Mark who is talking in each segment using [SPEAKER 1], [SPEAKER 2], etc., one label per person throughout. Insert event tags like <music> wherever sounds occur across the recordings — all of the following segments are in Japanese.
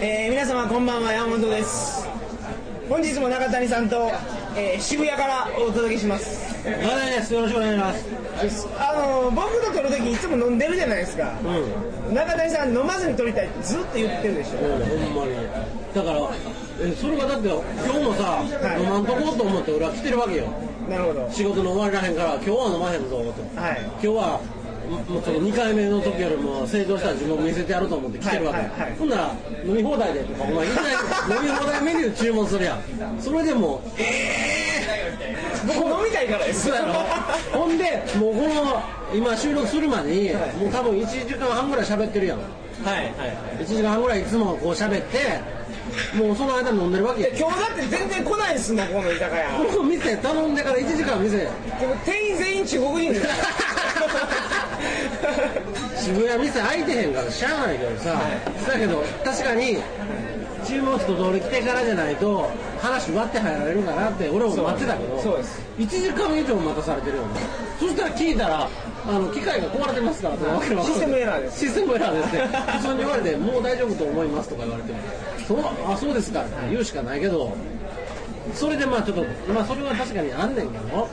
[SPEAKER 1] えー皆様こんばんは山本です本日も中谷さんと、えー渋谷からお届けします
[SPEAKER 2] 中谷です。よろしくお願いします。
[SPEAKER 1] あのー僕と撮るときいつも飲んでるじゃないですか、
[SPEAKER 2] うん。
[SPEAKER 1] 中谷さん飲まずに撮りたいってずっと言ってるでしょ
[SPEAKER 2] ほんまに。だから、えそれがだって今日もさ、飲まんとこうと思って俺は来てるわけよ。
[SPEAKER 1] なるほどは
[SPEAKER 2] 仕事の終わりらへんから、今日は飲まへんぞ思って。
[SPEAKER 1] い
[SPEAKER 2] 今日は、もうその2回目の時よりも成長した自分を見せてやろうと思って来てるわけ
[SPEAKER 1] は
[SPEAKER 2] よ。
[SPEAKER 1] いはいはい
[SPEAKER 2] ほんなら、飲み放題でとか、お前いきなり飲み放題メニュー注文するやん。それでもう、え
[SPEAKER 1] 僕飲みたいからです
[SPEAKER 2] そうやろほんで、もうこの、今収録するまでに、
[SPEAKER 1] はい
[SPEAKER 2] もう多分1時間半ぐらい喋ってるやん。
[SPEAKER 1] はいはい
[SPEAKER 2] 1時間半ぐらいいつもこう喋ってもうその間飲んでるわけよ
[SPEAKER 1] 今日だって全然来ないですもんこの居酒屋
[SPEAKER 2] この店頼んでから1時間店
[SPEAKER 1] でも店員全員中国人です
[SPEAKER 2] 渋谷店開いてへんからしゃあないけどさ、だけど確かに注文一通り来てからじゃないと話割って入られるかなって俺も待ってたけど
[SPEAKER 1] そうです
[SPEAKER 2] 1時間以上待たされてるよねそしたら聞いたらあの機械が壊れてますからってわけのわからん
[SPEAKER 1] システムエラーです
[SPEAKER 2] システムエラ
[SPEAKER 1] <laughs>
[SPEAKER 2] ーですね普通に言われてもう大丈夫と思いますとか言われてもそうあそうですかって言うしかないけどそれでまあちょっとまあそれは確かにあんねんけど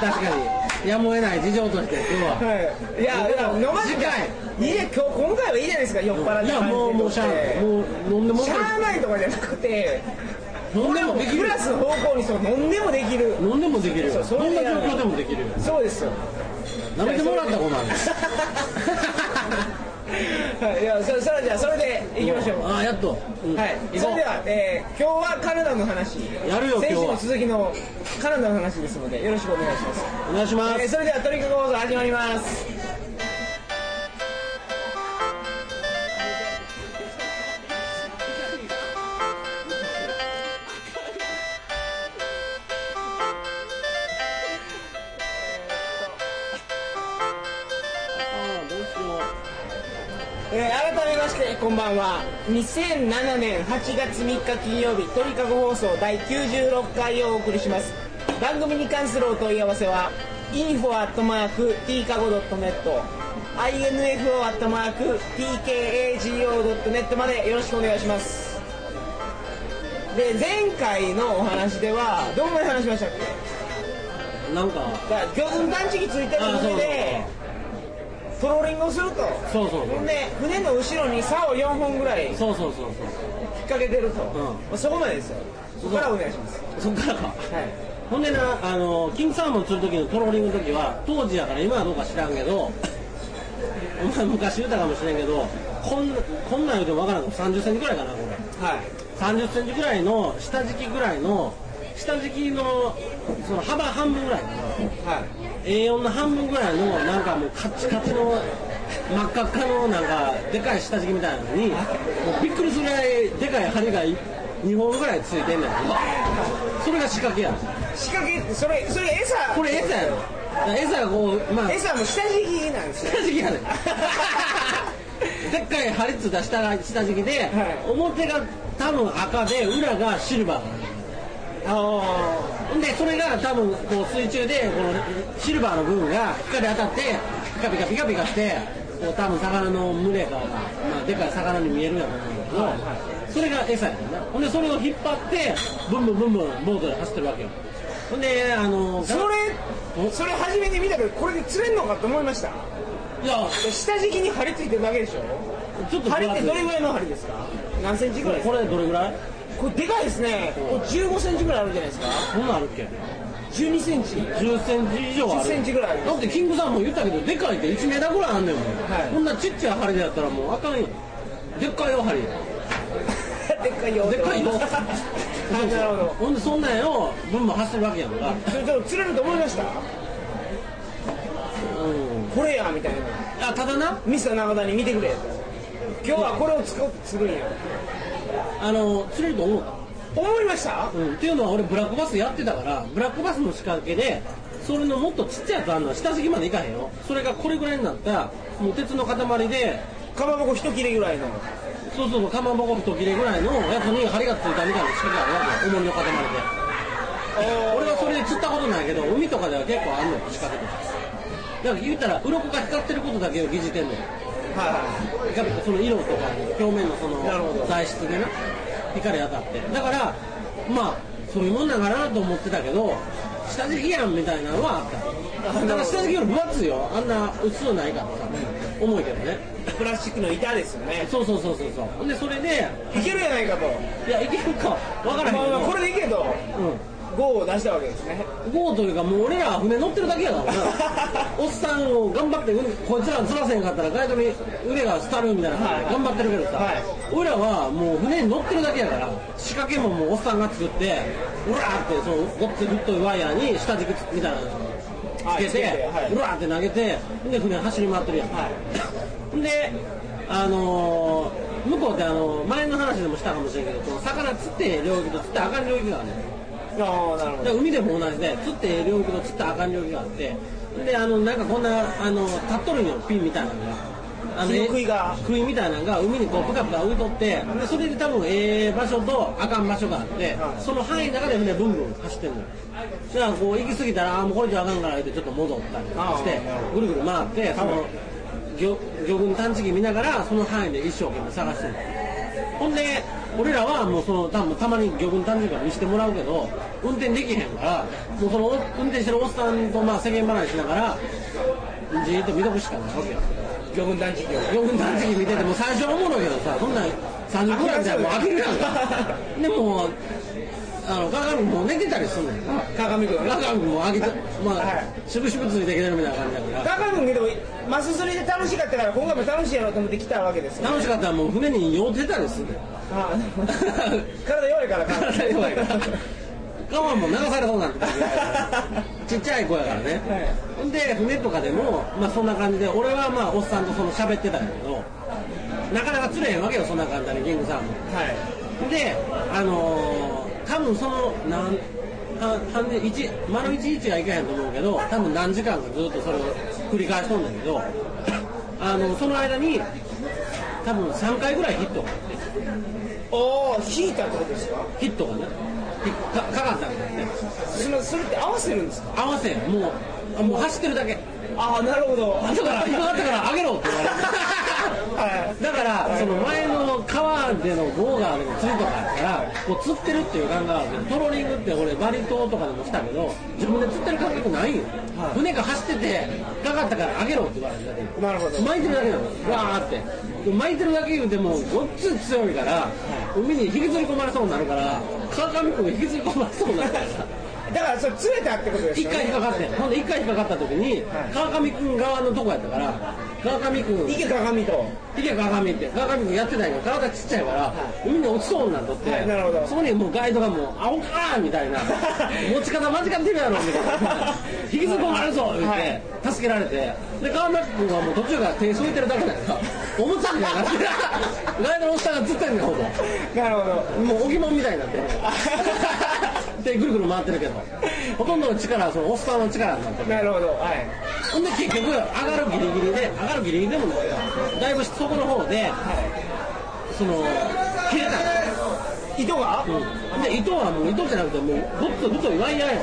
[SPEAKER 2] 確かにやむを得ない事情として今日は
[SPEAKER 1] はい、いや、いや飲まず
[SPEAKER 2] 次回
[SPEAKER 1] いいや、今日、今回はいいじゃないですか、酔っ払って。
[SPEAKER 2] いやもうもうしゃあないもう飲んでもう
[SPEAKER 1] しゃあないとかじゃなくて、
[SPEAKER 2] 飲んでもでき
[SPEAKER 1] ク
[SPEAKER 2] る
[SPEAKER 1] ラスの方向にそう飲んでもできる。
[SPEAKER 2] 飲んでもできるよ
[SPEAKER 1] そう
[SPEAKER 2] ど
[SPEAKER 1] そ
[SPEAKER 2] ん
[SPEAKER 1] れ
[SPEAKER 2] な
[SPEAKER 1] や
[SPEAKER 2] 状況でもできるよ
[SPEAKER 1] そうですよ。
[SPEAKER 2] 舐めてもらったことある
[SPEAKER 1] はい、いや、それ、それじゃあ、それで行きましょう。
[SPEAKER 2] ああやっと、うん
[SPEAKER 1] はい、
[SPEAKER 2] 行
[SPEAKER 1] そ
[SPEAKER 2] こ
[SPEAKER 1] れで
[SPEAKER 2] う
[SPEAKER 1] は、えー、今日はカナダの話。
[SPEAKER 2] やるよ
[SPEAKER 1] 先週
[SPEAKER 2] 今日
[SPEAKER 1] の
[SPEAKER 2] は
[SPEAKER 1] 続きのカナダの話ですので、よろしくお願いします。
[SPEAKER 2] お願いしま
[SPEAKER 1] えー、
[SPEAKER 2] す
[SPEAKER 1] それでは、トリック放送始まります。
[SPEAKER 2] あどうしよ
[SPEAKER 1] えー改めましてこんばんは2007年8月3日金曜日鳥かご放送第96回をお送りします番組に関するお問い合わせは info.tkago.net info.tkago.net までよろしくお願いしますで前回のお話ではどんな話しましたっけ
[SPEAKER 2] うなんか
[SPEAKER 1] だから魚群探知機ついてる
[SPEAKER 2] あそ
[SPEAKER 1] 船
[SPEAKER 2] うそう
[SPEAKER 1] でトローリングをすると
[SPEAKER 2] そうそう
[SPEAKER 1] ほんで船の後ろに竿を4本ぐらい引っ
[SPEAKER 2] そうそうそうそう
[SPEAKER 1] 掛けてると、まあそこまでですよそ
[SPEAKER 2] そう
[SPEAKER 1] こからお願いします
[SPEAKER 2] そっからか
[SPEAKER 1] はい
[SPEAKER 2] ほんでなあのキングサーモン釣る時のトローリングの時は当時やから今はどうか知らんけど <laughs> お前昔言うたかもしれんけどこんこんなん言うてもわからんけど3 0センチぐらいかなこれ
[SPEAKER 1] はい
[SPEAKER 2] 30センチぐらいの下敷きぐらいの下敷きのその幅半分ぐらいかな
[SPEAKER 1] はい
[SPEAKER 2] A4 の半分ぐらいのなんかもうカッチカチの真っ赤っかのなんかでかい下敷きみたいなのにもうびっくりするぐらいでかい針が2本ぐらいついてんねんそれが仕掛けやん
[SPEAKER 1] 仕掛けってそれそれ餌
[SPEAKER 2] これ餌やろだから餌がこうまあ
[SPEAKER 1] 餌も下敷きなんですね
[SPEAKER 2] 下敷きやねんでっかい針ついた下が下敷きで、
[SPEAKER 1] はい
[SPEAKER 2] 表が多分赤で裏がシルバー
[SPEAKER 1] あ
[SPEAKER 2] でそれが多分こう水中でこのシルバーの部分が光当たってピカピカピカピカしてこう多分魚の群れが、まあ、でかい魚に見えるやろうと思うんだけど、それが餌やねんなほんでそれを引っ張ってブンブンブンブンボートで走ってるわけよほんであの
[SPEAKER 1] それ
[SPEAKER 2] お
[SPEAKER 1] それ初めて見たけどこれで釣れんのかと思いました
[SPEAKER 2] いや
[SPEAKER 1] 下敷きに針ついてるだけでしょ
[SPEAKER 2] ちょっと
[SPEAKER 1] 針ってどれぐ
[SPEAKER 2] い
[SPEAKER 1] らいの針ですか何センチぐらいです
[SPEAKER 2] こ
[SPEAKER 1] か
[SPEAKER 2] れどれぐらい
[SPEAKER 1] これでかいですねこれ15センチぐらいあるじゃないですか
[SPEAKER 2] こんなんあるっけ
[SPEAKER 1] 12センチ
[SPEAKER 2] 10センチ以上ある
[SPEAKER 1] 10センチぐらいある
[SPEAKER 2] だってキングさんも言ったけどでかいって1メーターぐらいあんねんもん、
[SPEAKER 1] はい
[SPEAKER 2] こんなちっちゃい針でやったらもうあかんよでっかいよ針
[SPEAKER 1] でっかいよ
[SPEAKER 2] でっ
[SPEAKER 1] <laughs>
[SPEAKER 2] かいよ
[SPEAKER 1] はいなるほど
[SPEAKER 2] ほんでそんなんをブンブン走ってるわけやんか
[SPEAKER 1] それちょっと釣れると思いました
[SPEAKER 2] うん
[SPEAKER 1] これやみたいな
[SPEAKER 2] あただな
[SPEAKER 1] ミスター中谷見てくれと今日はこれをつく釣るんや
[SPEAKER 2] あの釣れると思うか、
[SPEAKER 1] 思いました
[SPEAKER 2] うん、っていうのは俺ブラックバスやってたからブラックバスの仕掛けでそれのもっとちっちゃいやつあんの下敷きまでいかへんよそれがこれぐらいになったもう鉄の塊で
[SPEAKER 1] かまぼこ一切れぐらいの
[SPEAKER 2] そうそうそうかまぼこ太切れぐらいのやつに針がついたみたいな仕掛けあるわけよ重りの塊で俺はそれで釣ったことないけど海とかでは結構あんのよ仕掛けとかだから言ったら鱗が光ってることだけを疑似てんのよ
[SPEAKER 1] はいはい
[SPEAKER 2] ピカピカその色とか表面のその
[SPEAKER 1] なるほど
[SPEAKER 2] 材質でな光当たってだからまあそういうもんなんかなと思ってたけど下敷きやんみたいなのはあっただから下敷きより分厚いよあんな薄うないからさ重いけどね
[SPEAKER 1] プラスチックの板ですよね
[SPEAKER 2] そうそうそうそうそうほんでそれで
[SPEAKER 1] いけるやないかと
[SPEAKER 2] いやいけるか分からへんけど、
[SPEAKER 1] まあまあこれでいけと
[SPEAKER 2] うん
[SPEAKER 1] ゴーを出したわけですね
[SPEAKER 2] ゴーというかもう俺らは船乗ってるだけや
[SPEAKER 1] <laughs>
[SPEAKER 2] からなおっさんを頑張ってうんこいつらずらせんかったらガイドに腕が廃るみたいな感じで頑張ってるけどさ、
[SPEAKER 1] はい
[SPEAKER 2] 俺らはもう船に乗ってるだけやから仕掛けももうおっさんが作ってうらーってそのごっつぶっといワイヤーに下敷きみたいなのつけ
[SPEAKER 1] はいつけ
[SPEAKER 2] て、
[SPEAKER 1] てはいう
[SPEAKER 2] らーって投げてで船走り回ってるやん、
[SPEAKER 1] はい
[SPEAKER 2] で、あのー向こうってあのー前の話でもしたかもしれんけどこの魚釣ってええ領域と釣ってあかん領域があるねん
[SPEAKER 1] ああなるほ
[SPEAKER 2] で
[SPEAKER 1] ど
[SPEAKER 2] 海でも同じで釣ってええ領域と釣ったらあかん領域があってであのなんかこんなあの立っとるんよピンみたいなのがあの
[SPEAKER 1] ピンクイが
[SPEAKER 2] 杭みたいなのが海にこうプカプカ浮いとってでそれで多分ええ場所とあかん場所があって
[SPEAKER 1] はい
[SPEAKER 2] その範囲の中で船ブンブン走ってるのよじゃあこう行き過ぎたらあーもうこれじゃあかんからってちょっと戻ったりとかして
[SPEAKER 1] あー
[SPEAKER 2] ぐるぐる回ってその魚魚群探知機見ながらその範囲で一生懸命探してるほんで俺らはもうそのたたまに魚群探知機から見せてもらうけど運転できへんからもうそのお運転してるおっさんとまあ世間話しながらじーっと見とくしかないわけよ
[SPEAKER 1] 魚群団地業
[SPEAKER 2] 魚群探知機見ててもう最初はおもろいけどさそんなん30分ぐらいみたいなもう飽きるやん
[SPEAKER 1] <laughs>
[SPEAKER 2] かでもあの鏡もう寝てたりすんねん
[SPEAKER 1] 鏡君
[SPEAKER 2] 鏡も開けてまあ、
[SPEAKER 1] はい
[SPEAKER 2] しぶしぶついてきてるみたいな感じだから
[SPEAKER 1] 鏡君けどマス釣りで楽しかったから今回も楽しいやろうと思って来たわけですよ
[SPEAKER 2] 楽しかったらもう船に酔ってたりす
[SPEAKER 1] <laughs>
[SPEAKER 2] るねん
[SPEAKER 1] あー体弱いからか
[SPEAKER 2] 体弱いから川も流されそうになってたぐらいちっちゃい子やからね、ほんで船とかでも、まあ、そんな感じで俺はまあおっさんとその喋ってたんやけどなかなか釣れへんわけよそんな簡単にキングさんも
[SPEAKER 1] はい
[SPEAKER 2] であのー多分そのなんは半で一丸一日はいかへんと思うけど多分何時間かずっとそれを繰り返しとんだけどあのその間に多分3回ぐらいヒットが
[SPEAKER 1] おお引いたってことですか
[SPEAKER 2] ヒットがねひかかかったんだって
[SPEAKER 1] そのそれって合わせるんですか
[SPEAKER 2] 合わせんもうあもう走ってるだけ
[SPEAKER 1] ああなるほど
[SPEAKER 2] 後から今あったから上げろって言われて <laughs>
[SPEAKER 1] は
[SPEAKER 2] だからその前の川での棒があるの釣りとかやからこう釣ってるっていう感覚があるけどトローリングって俺バリ島とかでもしたけど自分で釣ってる感覚ないよ、
[SPEAKER 1] はい
[SPEAKER 2] 船が走っててかかったから上げろって言われるだけ
[SPEAKER 1] いなるほど
[SPEAKER 2] 巻いてるだけなのわーって巻いてるだけ言うてもごっつい強いから海に引きずり込まれそうになるから川上君が引きずり込まれそうになるからさ
[SPEAKER 1] だからそれ釣れたってことです
[SPEAKER 2] 一
[SPEAKER 1] よ
[SPEAKER 2] 回
[SPEAKER 1] ね
[SPEAKER 2] 引っかかってんほんで一回引っかかった時に、
[SPEAKER 1] はい
[SPEAKER 2] 川上君側のとこやったから川上君
[SPEAKER 1] 池鏡と
[SPEAKER 2] いけ川上って川上君やってないから体ちっちゃいから海に落ちそうになっとって、
[SPEAKER 1] はいなるほど
[SPEAKER 2] そこにもうガイドがもう「アホかー!」
[SPEAKER 1] <laughs>
[SPEAKER 2] みたいな「持ち方間違ってるやろ」みたいな「引きずり込まれるぞ!」言って、
[SPEAKER 1] はい
[SPEAKER 2] 助けられてで川上君はもう途中から手添えてるだけだからおもちゃみたいになってるガイドのおっさんがずっとやんねんほぼ
[SPEAKER 1] なるほど
[SPEAKER 2] もう置物みたいになっ
[SPEAKER 1] <laughs>
[SPEAKER 2] てるでぐるぐる回ってるけどほとんどの力はそのおっさんの力になってる
[SPEAKER 1] なるほどはい
[SPEAKER 2] ほんで結局上がるギリギリで上がるギリギリでもないよだいぶそこの方でその切れた
[SPEAKER 1] 糸が
[SPEAKER 2] の、うん、で糸はもう糸じゃなくてもうごっつ太いワイヤーよ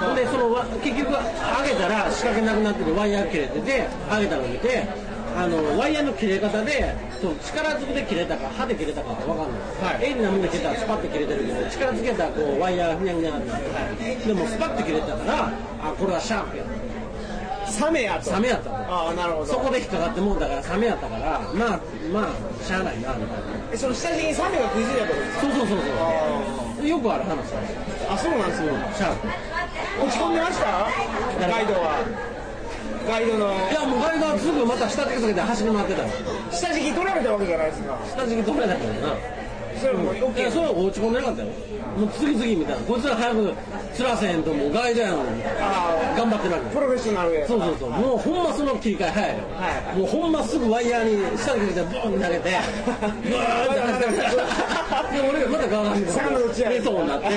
[SPEAKER 2] ほんでそのわ結局上げたら仕掛けなくなっててワイヤー切れてて上げたの見てあのワイヤーの切れ方でその力ずくで切れたか歯で切れたかは分かんない、
[SPEAKER 1] はい
[SPEAKER 2] 円なもんで切れたらスパッと切れてるけど力づけたらこうワイヤーがふにゃふにゃになって、でもスパッと切れたからあこれはシャープや
[SPEAKER 1] サメやと
[SPEAKER 2] サメやったの
[SPEAKER 1] ああなるほど
[SPEAKER 2] そこで引っかかってもうだからサメやったからまあまあしゃあないなみたいな
[SPEAKER 1] えその下敷きにサメが食いついたってことですか
[SPEAKER 2] そうそうそう
[SPEAKER 1] あ
[SPEAKER 2] そうよくある話だね
[SPEAKER 1] あそうなんですよ
[SPEAKER 2] シャープ
[SPEAKER 1] 落ち込んでました
[SPEAKER 2] 誰
[SPEAKER 1] ガイドはガイドの
[SPEAKER 2] いやもうガイドはすぐまた下敷きつけて走り回ってたよ
[SPEAKER 1] 下敷き取られたわけじゃないですか
[SPEAKER 2] 下敷き取れないからな
[SPEAKER 1] それも OK
[SPEAKER 2] いやそれは落ち込んでなかったよもう次々みたいなこいつら早く釣らせへんともうガイドやのに
[SPEAKER 1] あ
[SPEAKER 2] 頑張ってなく
[SPEAKER 1] あ
[SPEAKER 2] て
[SPEAKER 1] プロフェッショナルや
[SPEAKER 2] そうそうそうもうほんまその切り替え早いよ、
[SPEAKER 1] は
[SPEAKER 2] もうほんますぐワイヤーに下敷きつけてボーン投げてブーって走ってるで俺がまた川上
[SPEAKER 1] 魚どっち
[SPEAKER 2] が
[SPEAKER 1] や
[SPEAKER 2] 出そうになって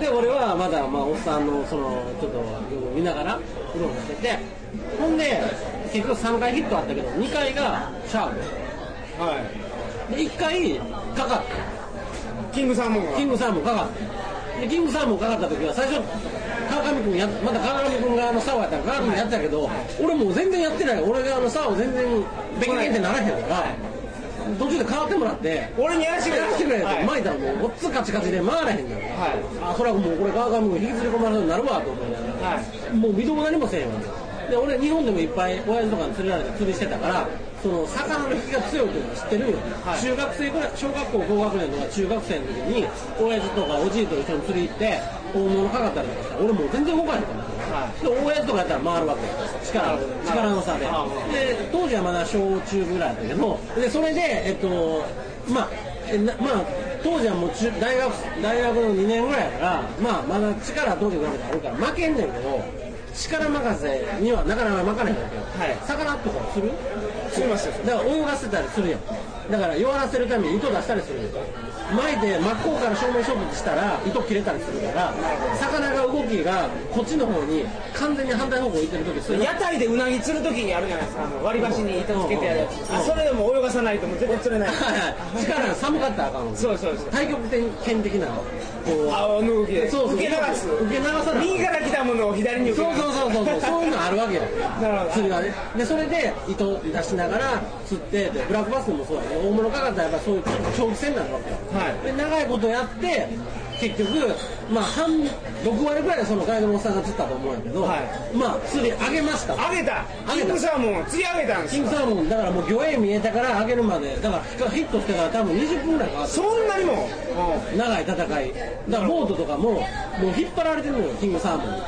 [SPEAKER 2] で俺はまだまあおっさんのそのちょっと見ながらうろうろしててほんで結局3回ヒットあったけど2回がシャー
[SPEAKER 1] はい
[SPEAKER 2] プで1回かかって
[SPEAKER 1] キングサーモンが
[SPEAKER 2] キングサーモンかかってでキングサーモンかかった時は最初川上君やまだ川上君があの竿やったら川上君やってたけど、俺もう全然やってない俺があの竿全然ベキベキってならへんから途中で変わってもらって
[SPEAKER 1] 俺にやらせてくれ
[SPEAKER 2] やらせてくれと、
[SPEAKER 1] はい
[SPEAKER 2] 巻いたらもうごっつカチカチで回らへんのよ、
[SPEAKER 1] は
[SPEAKER 2] あそれはもうこれ川上君引きずり込まれそうになるわと思いながら、
[SPEAKER 1] はい
[SPEAKER 2] もう微動も何もせんわで俺日本でもいっぱい親父とかに連れられて釣りしてたからその魚の引きが強いっていうのは知ってるよ、
[SPEAKER 1] はい
[SPEAKER 2] 中学生ぐらい小学校高学年とか中学生の時に親父とかおじいと一緒に釣り行って大物かかったりとかしたら俺もう全然動かへんから、
[SPEAKER 1] は
[SPEAKER 2] で親父とかやったら回るわけよ力力の差で
[SPEAKER 1] ああ
[SPEAKER 2] で当時はまだ小中ぐらいだけどでそれでえっとまあえなまあ当時はもう中大学大学の2年ぐらいやからまあまだ力は当時の中であるから負けんねんけど力任せにはなかなか負かれへんわけよ、
[SPEAKER 1] はい
[SPEAKER 2] 魚とかする
[SPEAKER 1] すみません
[SPEAKER 2] だから泳がせたりするやんだから弱らせるために糸出したりするやん巻いて真っ向から正面衝突したら糸切れたりするから魚が動きがこっちの方に完全に反対方向行ってる時それ
[SPEAKER 1] 屋台でうなぎ釣るときにあるじゃないですかあの割り箸に糸つけてやるやつ
[SPEAKER 2] うん
[SPEAKER 1] あそれでも泳がさないともう絶対釣れない
[SPEAKER 2] 力が寒かったらあかんの
[SPEAKER 1] そうですそうです
[SPEAKER 2] 対極拳的なこう
[SPEAKER 1] あの動きで
[SPEAKER 2] そうそう
[SPEAKER 1] 受け流す
[SPEAKER 2] 受け流さない
[SPEAKER 1] 右から来たものを左に受け
[SPEAKER 2] そう
[SPEAKER 1] 流す
[SPEAKER 2] そうそうそうそうそういうのあるわけよ
[SPEAKER 1] なるほど
[SPEAKER 2] 釣りはねでそれで糸出しながら釣ってでブラックバスもそうやね大物かかったらやっぱそういう長期戦になるわけよ
[SPEAKER 1] はい
[SPEAKER 2] で長いことやって結局まあ半6割ぐらいでそのガイドのおっさんが釣ったと思うんやけど、
[SPEAKER 1] は
[SPEAKER 2] まあ釣り上げました
[SPEAKER 1] あげた
[SPEAKER 2] あげた
[SPEAKER 1] キングサーモン釣り上げたんで
[SPEAKER 2] キ
[SPEAKER 1] す
[SPEAKER 2] ングサーモンだからもう魚影見えたから上げるまでだからヒットしてから多分20分ぐらいかかった
[SPEAKER 1] そんなにもうん
[SPEAKER 2] 長い戦いだからボートとかももう引っ張られてるのよキングサーモンに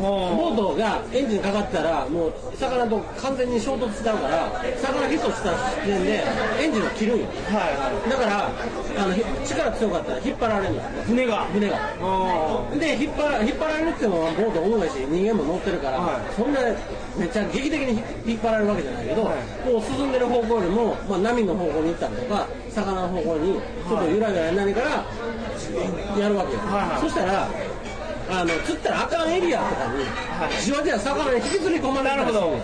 [SPEAKER 2] ボートがエンジンかかったらもう魚と完全に衝突しちゃうから魚ヒットした時点でエンジンを切るんよ
[SPEAKER 1] はいは
[SPEAKER 2] だからあのひ力強かったら引っ張られるんよ
[SPEAKER 1] い船が
[SPEAKER 2] 船が
[SPEAKER 1] あ
[SPEAKER 2] で引っ張ら引っ張られるっていうのはボート重いし人間も乗ってるから、
[SPEAKER 1] はい
[SPEAKER 2] そんなめっちゃ劇的にひ引っ張られるわけじゃないけど、
[SPEAKER 1] はい
[SPEAKER 2] こう進んでる方向よりも、まあ、波の方向に行ったりとか魚の方向にちょっとゆらゆらになりからやるわけよ、
[SPEAKER 1] はいはい
[SPEAKER 2] そしたらあの釣ったらあかんエリアとかに
[SPEAKER 1] い
[SPEAKER 2] じわじわ魚に引きずり込まれたりする
[SPEAKER 1] なるほ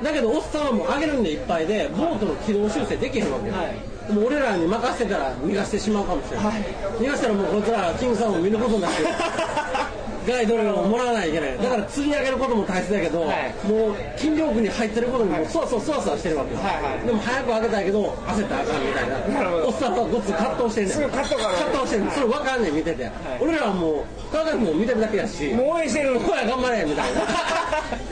[SPEAKER 1] ど
[SPEAKER 2] だけどおっさんはもう上げるんでいっぱいでボートの軌道修正できへんわけよ、
[SPEAKER 1] はい
[SPEAKER 2] もう俺らに任せたら逃がしてしまうかもしれない、
[SPEAKER 1] はい
[SPEAKER 2] 逃がしたらもうこいつらキングさんを見ることにな
[SPEAKER 1] <laughs>
[SPEAKER 2] ってるガイド料をもらわないといけないだから釣り上げることも大切だけど、
[SPEAKER 1] はい
[SPEAKER 2] もう筋力に入ってることにもうそわそわそわそわしてるわけよ、
[SPEAKER 1] はいはい
[SPEAKER 2] でも早く上げたいけど焦ったらあかんみたいな
[SPEAKER 1] なるほど
[SPEAKER 2] おっさんはごっつ葛藤してんねん
[SPEAKER 1] すごい葛藤がある
[SPEAKER 2] 葛藤してんねんそれ分かんねん見てて、俺らはもう科学も見てるだけやし
[SPEAKER 1] もう応援してる
[SPEAKER 2] お前頑張れみたい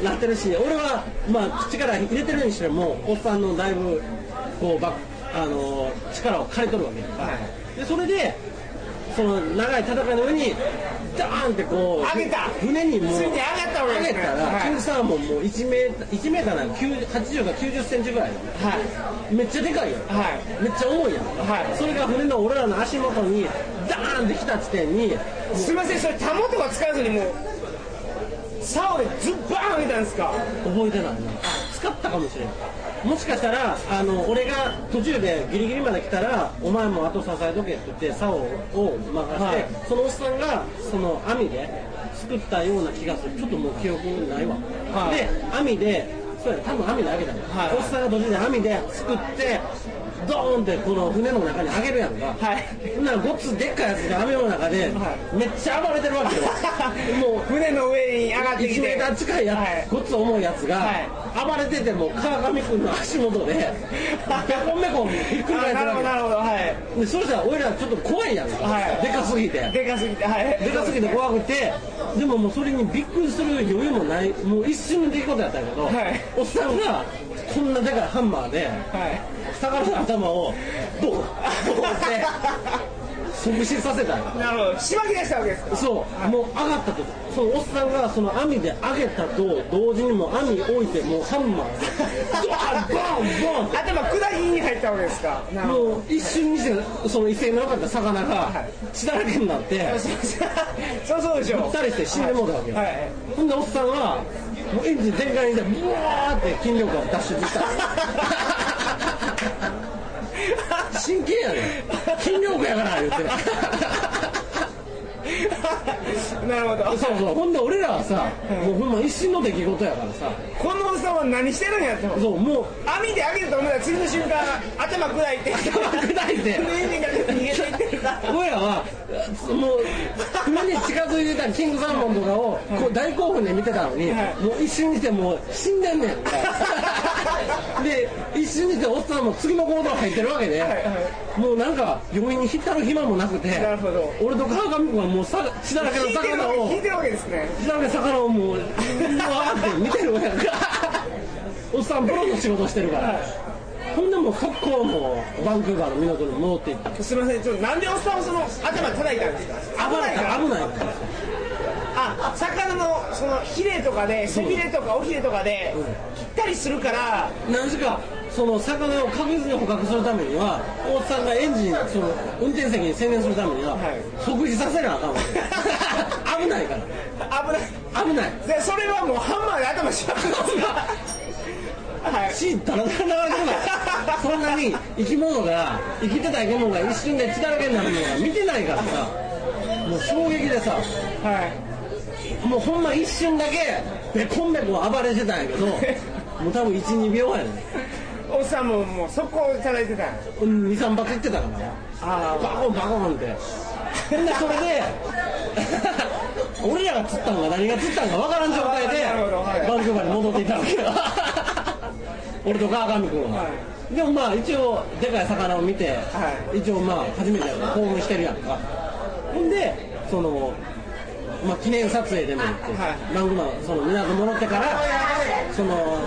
[SPEAKER 2] ななってるし俺はまあ力入れてるにしてもおっさんのだいぶこうばあのー力を借りとるわけよ
[SPEAKER 1] はい
[SPEAKER 2] でそれでその長い戦いの上にダーンってこう
[SPEAKER 1] 上げた
[SPEAKER 2] 船にもう
[SPEAKER 1] ついに上がった俺です
[SPEAKER 2] 上
[SPEAKER 1] ね
[SPEAKER 2] げたら、
[SPEAKER 1] はい
[SPEAKER 2] キングサーモンもう1メーター1メーターなんか90 80か90センチぐらいだ
[SPEAKER 1] はい
[SPEAKER 2] めっちゃでかいよ
[SPEAKER 1] はい
[SPEAKER 2] めっちゃ重いやん、
[SPEAKER 1] はい
[SPEAKER 2] それが船の俺らの足元にダーンって来た地点に
[SPEAKER 1] すみませんそれタモとか使わずにもう竿でズッバーン上げたんですか
[SPEAKER 2] 覚えてないな使ったかもしれんもしかしたらあの俺が途中でギリギリまで来たらお前も後支えとけって言って竿を任して、
[SPEAKER 1] はい
[SPEAKER 2] そのおっさんがその網で作ったような気がするちょっともう記憶ないわ、
[SPEAKER 1] はい
[SPEAKER 2] で網でそうや多分網であげたの、
[SPEAKER 1] はい
[SPEAKER 2] おっさんが途中で網ですくってドーンってこの船の中にあげるやんか、
[SPEAKER 1] はい
[SPEAKER 2] ほんならごっつでっかいやつが網の中で、
[SPEAKER 1] は
[SPEAKER 2] めっちゃ暴れてるわけよ
[SPEAKER 1] <laughs>
[SPEAKER 2] もう
[SPEAKER 1] 船の上に上がってき
[SPEAKER 2] 1メ
[SPEAKER 1] て
[SPEAKER 2] ーター近いやつ、
[SPEAKER 1] はい
[SPEAKER 2] ごっつ重いやつが、暴れてても川上君の足元でペコンペコンひっくり返
[SPEAKER 1] あ
[SPEAKER 2] って
[SPEAKER 1] な
[SPEAKER 2] る
[SPEAKER 1] るほどな
[SPEAKER 2] わ
[SPEAKER 1] るほどはい
[SPEAKER 2] けでそしたら俺らちょっと怖いやんか、
[SPEAKER 1] はい
[SPEAKER 2] でかすぎてで
[SPEAKER 1] でかすぎてはい
[SPEAKER 2] かすぎて怖くてでももうそれにびっくりする余裕もないもう一瞬の出来事やったんやけど、
[SPEAKER 1] はい
[SPEAKER 2] おっさんがこんなでかいハンマーで
[SPEAKER 1] はい
[SPEAKER 2] 魚の頭をボンボ
[SPEAKER 1] <laughs>
[SPEAKER 2] ンって即死させたんよ
[SPEAKER 1] なるほどしばき出したわけですか
[SPEAKER 2] そう、もう上がったと、そのおっさんがその網で上げたと同時にもう網置いて、もうハンマーで、ドーン、ボン、ボンって
[SPEAKER 1] 頭砕きに入ったわけですかなるほど
[SPEAKER 2] もう一瞬にして、その威勢の良かった魚が血だらけになって、
[SPEAKER 1] <laughs> そうそうでしょ
[SPEAKER 2] 二人して死んでもうたわけよ
[SPEAKER 1] はいはい
[SPEAKER 2] ほんで、おっさんは、もうエンジン全開にして、ブワーって筋力が脱出した。真剣やね筋力やから言って。
[SPEAKER 1] なるほど
[SPEAKER 2] そうそうほんで俺らはさ、もうほんま一瞬の出来事やからさ
[SPEAKER 1] このおっさんは何してるんやって
[SPEAKER 2] そうもう
[SPEAKER 1] 網で上げると思ったら次の瞬間頭砕いて
[SPEAKER 2] 頭砕いて
[SPEAKER 1] エンジンかけて逃げていってる
[SPEAKER 2] ゴヤはもう船に近づいてたキングサーモンとかをこう大興奮で見てたのに、
[SPEAKER 1] はい
[SPEAKER 2] もう一瞬にしてもう死んでんねんで一瞬にしておっさんも次の行動入ってるわけで、
[SPEAKER 1] い
[SPEAKER 2] もうなんか病院に浸る暇もなくて
[SPEAKER 1] なるほど
[SPEAKER 2] 俺と川上君はもうさ血だらけの
[SPEAKER 1] 聞いてる
[SPEAKER 2] 魚を
[SPEAKER 1] 聞いてるわけですね
[SPEAKER 2] ちなみに魚をもう、わーって見てる親が、おっさん、プロの仕事してるから、ほんでもう、格好もうバンクーバーの港に戻っていって、
[SPEAKER 1] すみませんちょっとなんでおっさんをその頭叩いたんですか
[SPEAKER 2] 暴れたら危ないから、
[SPEAKER 1] あ魚のそのヒレとかで背びれとか尾ひれとかで
[SPEAKER 2] うん
[SPEAKER 1] 切ったりするから
[SPEAKER 2] 何時か、その魚を確実に捕獲するためには、おっさんがエンジン、その運転席に専念するためには
[SPEAKER 1] はい、
[SPEAKER 2] 即死させなあかんわ <laughs> け危ないか
[SPEAKER 1] 危ない
[SPEAKER 2] ら、危ない。
[SPEAKER 1] でそれはもうハンマーで頭しちゃうんですかはい
[SPEAKER 2] 血だらだらだらそんなに生き物が生きてた生き物が一瞬で血だらけになるのが見てないからさもう衝撃でさ
[SPEAKER 1] はい
[SPEAKER 2] もうほんま一瞬だけべこんべこ暴れてたんやけどもう多分12秒やね
[SPEAKER 1] おっさんももう速攻叩いてた
[SPEAKER 2] ん23発いってたから
[SPEAKER 1] あ
[SPEAKER 2] バコンバコンってほんでそれで俺らが釣ったのが何が釣ったのか分からん状態で
[SPEAKER 1] あーなるほどはい
[SPEAKER 2] バンクーバーに戻っていったわけよ俺と川上君は、
[SPEAKER 1] は
[SPEAKER 2] でもまあ一応でかい魚を見て、一応まあ初めてやから興奮してるやんかほんでそのまあ記念撮影でも行って、
[SPEAKER 1] はい
[SPEAKER 2] バンクーバーその港戻ってからその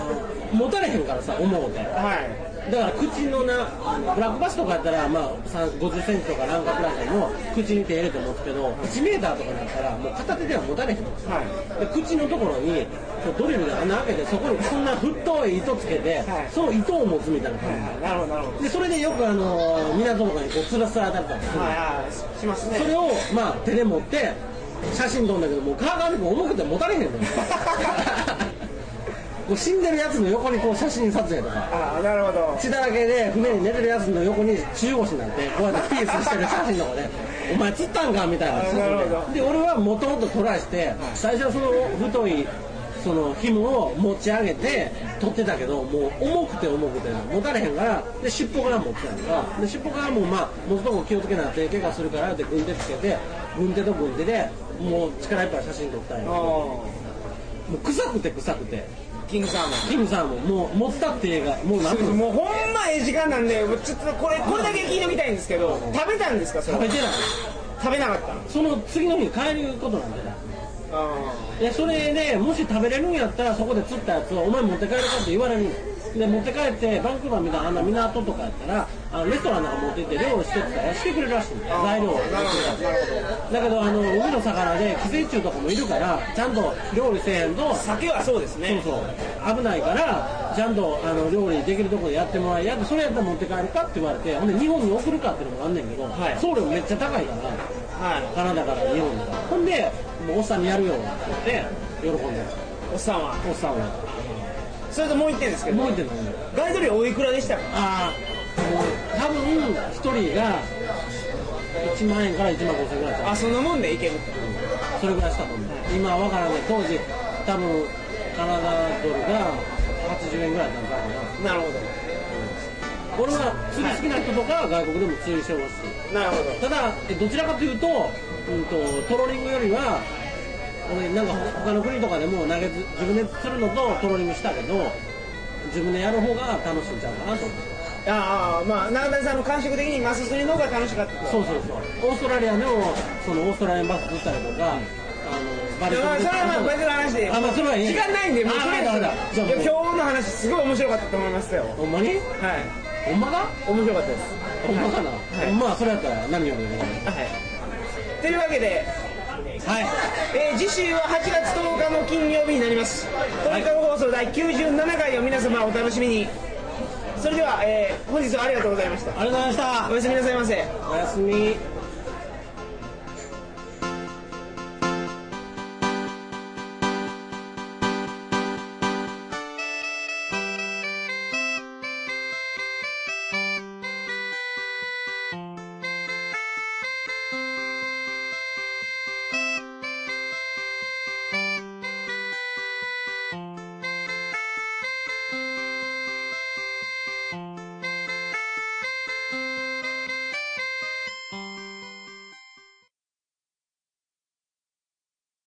[SPEAKER 2] 持たれへんからさ思うて
[SPEAKER 1] はい
[SPEAKER 2] だから口のなあのブラックバスとかやったら、まあ、3 50センチとかなんかくらいでも口に手入れて持つけど1メーターとかになったらもう片手では持たれへんので
[SPEAKER 1] は
[SPEAKER 2] 口のところにこうドリルで穴開けてそこにこんな太い糸つけて、
[SPEAKER 1] はい
[SPEAKER 2] その糸を持つみたいな感
[SPEAKER 1] い
[SPEAKER 2] じ、
[SPEAKER 1] はいなるほどなるほ
[SPEAKER 2] でそれでよくあの港とかにこうつらつら当たったりす
[SPEAKER 1] ど
[SPEAKER 2] る、
[SPEAKER 1] はいはいしますね
[SPEAKER 2] それをまあ手で持って写真撮んだけどもう川上君重くて持
[SPEAKER 1] <laughs>
[SPEAKER 2] たれへんのよこう死んでるやつの横にこう写真撮影とか
[SPEAKER 1] ああなるほど
[SPEAKER 2] 血だらけで船に寝てるやつの横に中腰になってこうやってピースしてる写真と
[SPEAKER 1] <laughs>
[SPEAKER 2] かでお前釣ったんかみたいな
[SPEAKER 1] あなるほど
[SPEAKER 2] で俺はもともとトライして最初はその太いその紐を持ち上げて取ってたけどもう重くて重くて持たれへんからで尻尾から持ってたのかで尻尾からもまあ持つとこ気をつけなって怪我するからって軍手つけて軍手と軍手でもう力いっぱい写真撮ったんやも
[SPEAKER 1] お
[SPEAKER 2] う臭くて臭くて
[SPEAKER 1] ーキングサーモン
[SPEAKER 2] キムさんももう持ったって映画もう何分
[SPEAKER 1] もうほんまええ時間なんでちょっとこれこれだけ聞いてみたいんですけど食べたんですかそれ
[SPEAKER 2] 食べてない
[SPEAKER 1] 食べなかったの
[SPEAKER 2] その次の日に帰ることなんだよでそれでもし食べれるんやったらそこで釣ったやつをお前持って帰るかって言われるので持って帰ってバンクーバーみたいなあんな港とかやったらあのレストランなんか持って行って料理してってたらしてくれるらしいの材料を
[SPEAKER 1] なるほどなるほど
[SPEAKER 2] だけどあの海の魚で寄生虫とかもいるからちゃんと料理せえへんと
[SPEAKER 1] 酒はそうです
[SPEAKER 2] そう
[SPEAKER 1] ね
[SPEAKER 2] そう危ないからちゃんとあの料理できるところでやってもらいやってそれやったら持って帰るかって言われてほんで日本に送るかっていうのもあんねんけど、
[SPEAKER 1] はい
[SPEAKER 2] 送料めっちゃ高いから
[SPEAKER 1] は
[SPEAKER 2] カナダから日本にほんでもうおっさんにやるよって言って喜んで
[SPEAKER 1] いおっさんは
[SPEAKER 2] おっさんは
[SPEAKER 1] それともう一点ですけど
[SPEAKER 2] 覚えてるのに
[SPEAKER 1] ガイド料おいくらでしたか
[SPEAKER 2] ああもう多分1人が1万円から1万5千円ぐらいちゃ
[SPEAKER 1] あそんなもんでいける
[SPEAKER 2] うそれぐらいしたと思う今は分からない当時多分カナダドルが80円ぐらいだったのか
[SPEAKER 1] な
[SPEAKER 2] な
[SPEAKER 1] るほ
[SPEAKER 2] 俺は釣り好きな人とかは外国でも釣りしてほしい
[SPEAKER 1] どなるほど
[SPEAKER 2] ただえどちらかというと,、うん、とトローリングよりは俺なんか他の国とかでも投げず自分で釣るのとトローリングしたけど自分でやる方が楽しいんちゃうかなと思う
[SPEAKER 1] ああまあ中谷さんの感触的にマス釣りの方が楽しかったと
[SPEAKER 2] そうそうそうオーストラリアでもそのオーストラリアンバス釣ったりとか、あのバ
[SPEAKER 1] いやまあそれはまあ別の話で
[SPEAKER 2] あまあそれはいい
[SPEAKER 1] 時間ないんでもう
[SPEAKER 2] あ
[SPEAKER 1] とりあえず
[SPEAKER 2] まだまだじゃあ
[SPEAKER 1] いや
[SPEAKER 2] もう
[SPEAKER 1] 今日の話すごい面白かったと思いますよ
[SPEAKER 2] ほんまに
[SPEAKER 1] はい
[SPEAKER 2] ほんまか
[SPEAKER 1] 面白かったです
[SPEAKER 2] ほんまかな、
[SPEAKER 1] はい
[SPEAKER 2] ほんまあそれやったら何よりもいい
[SPEAKER 1] はいというわけで
[SPEAKER 2] はい
[SPEAKER 1] えー次週は8月10日の金曜日になりますトリカゴ放送第97回を皆様お楽しみにそれでは、えー本日はありがとうございました
[SPEAKER 2] ありがとうございました
[SPEAKER 1] おやすみなさいませ
[SPEAKER 2] おやすみ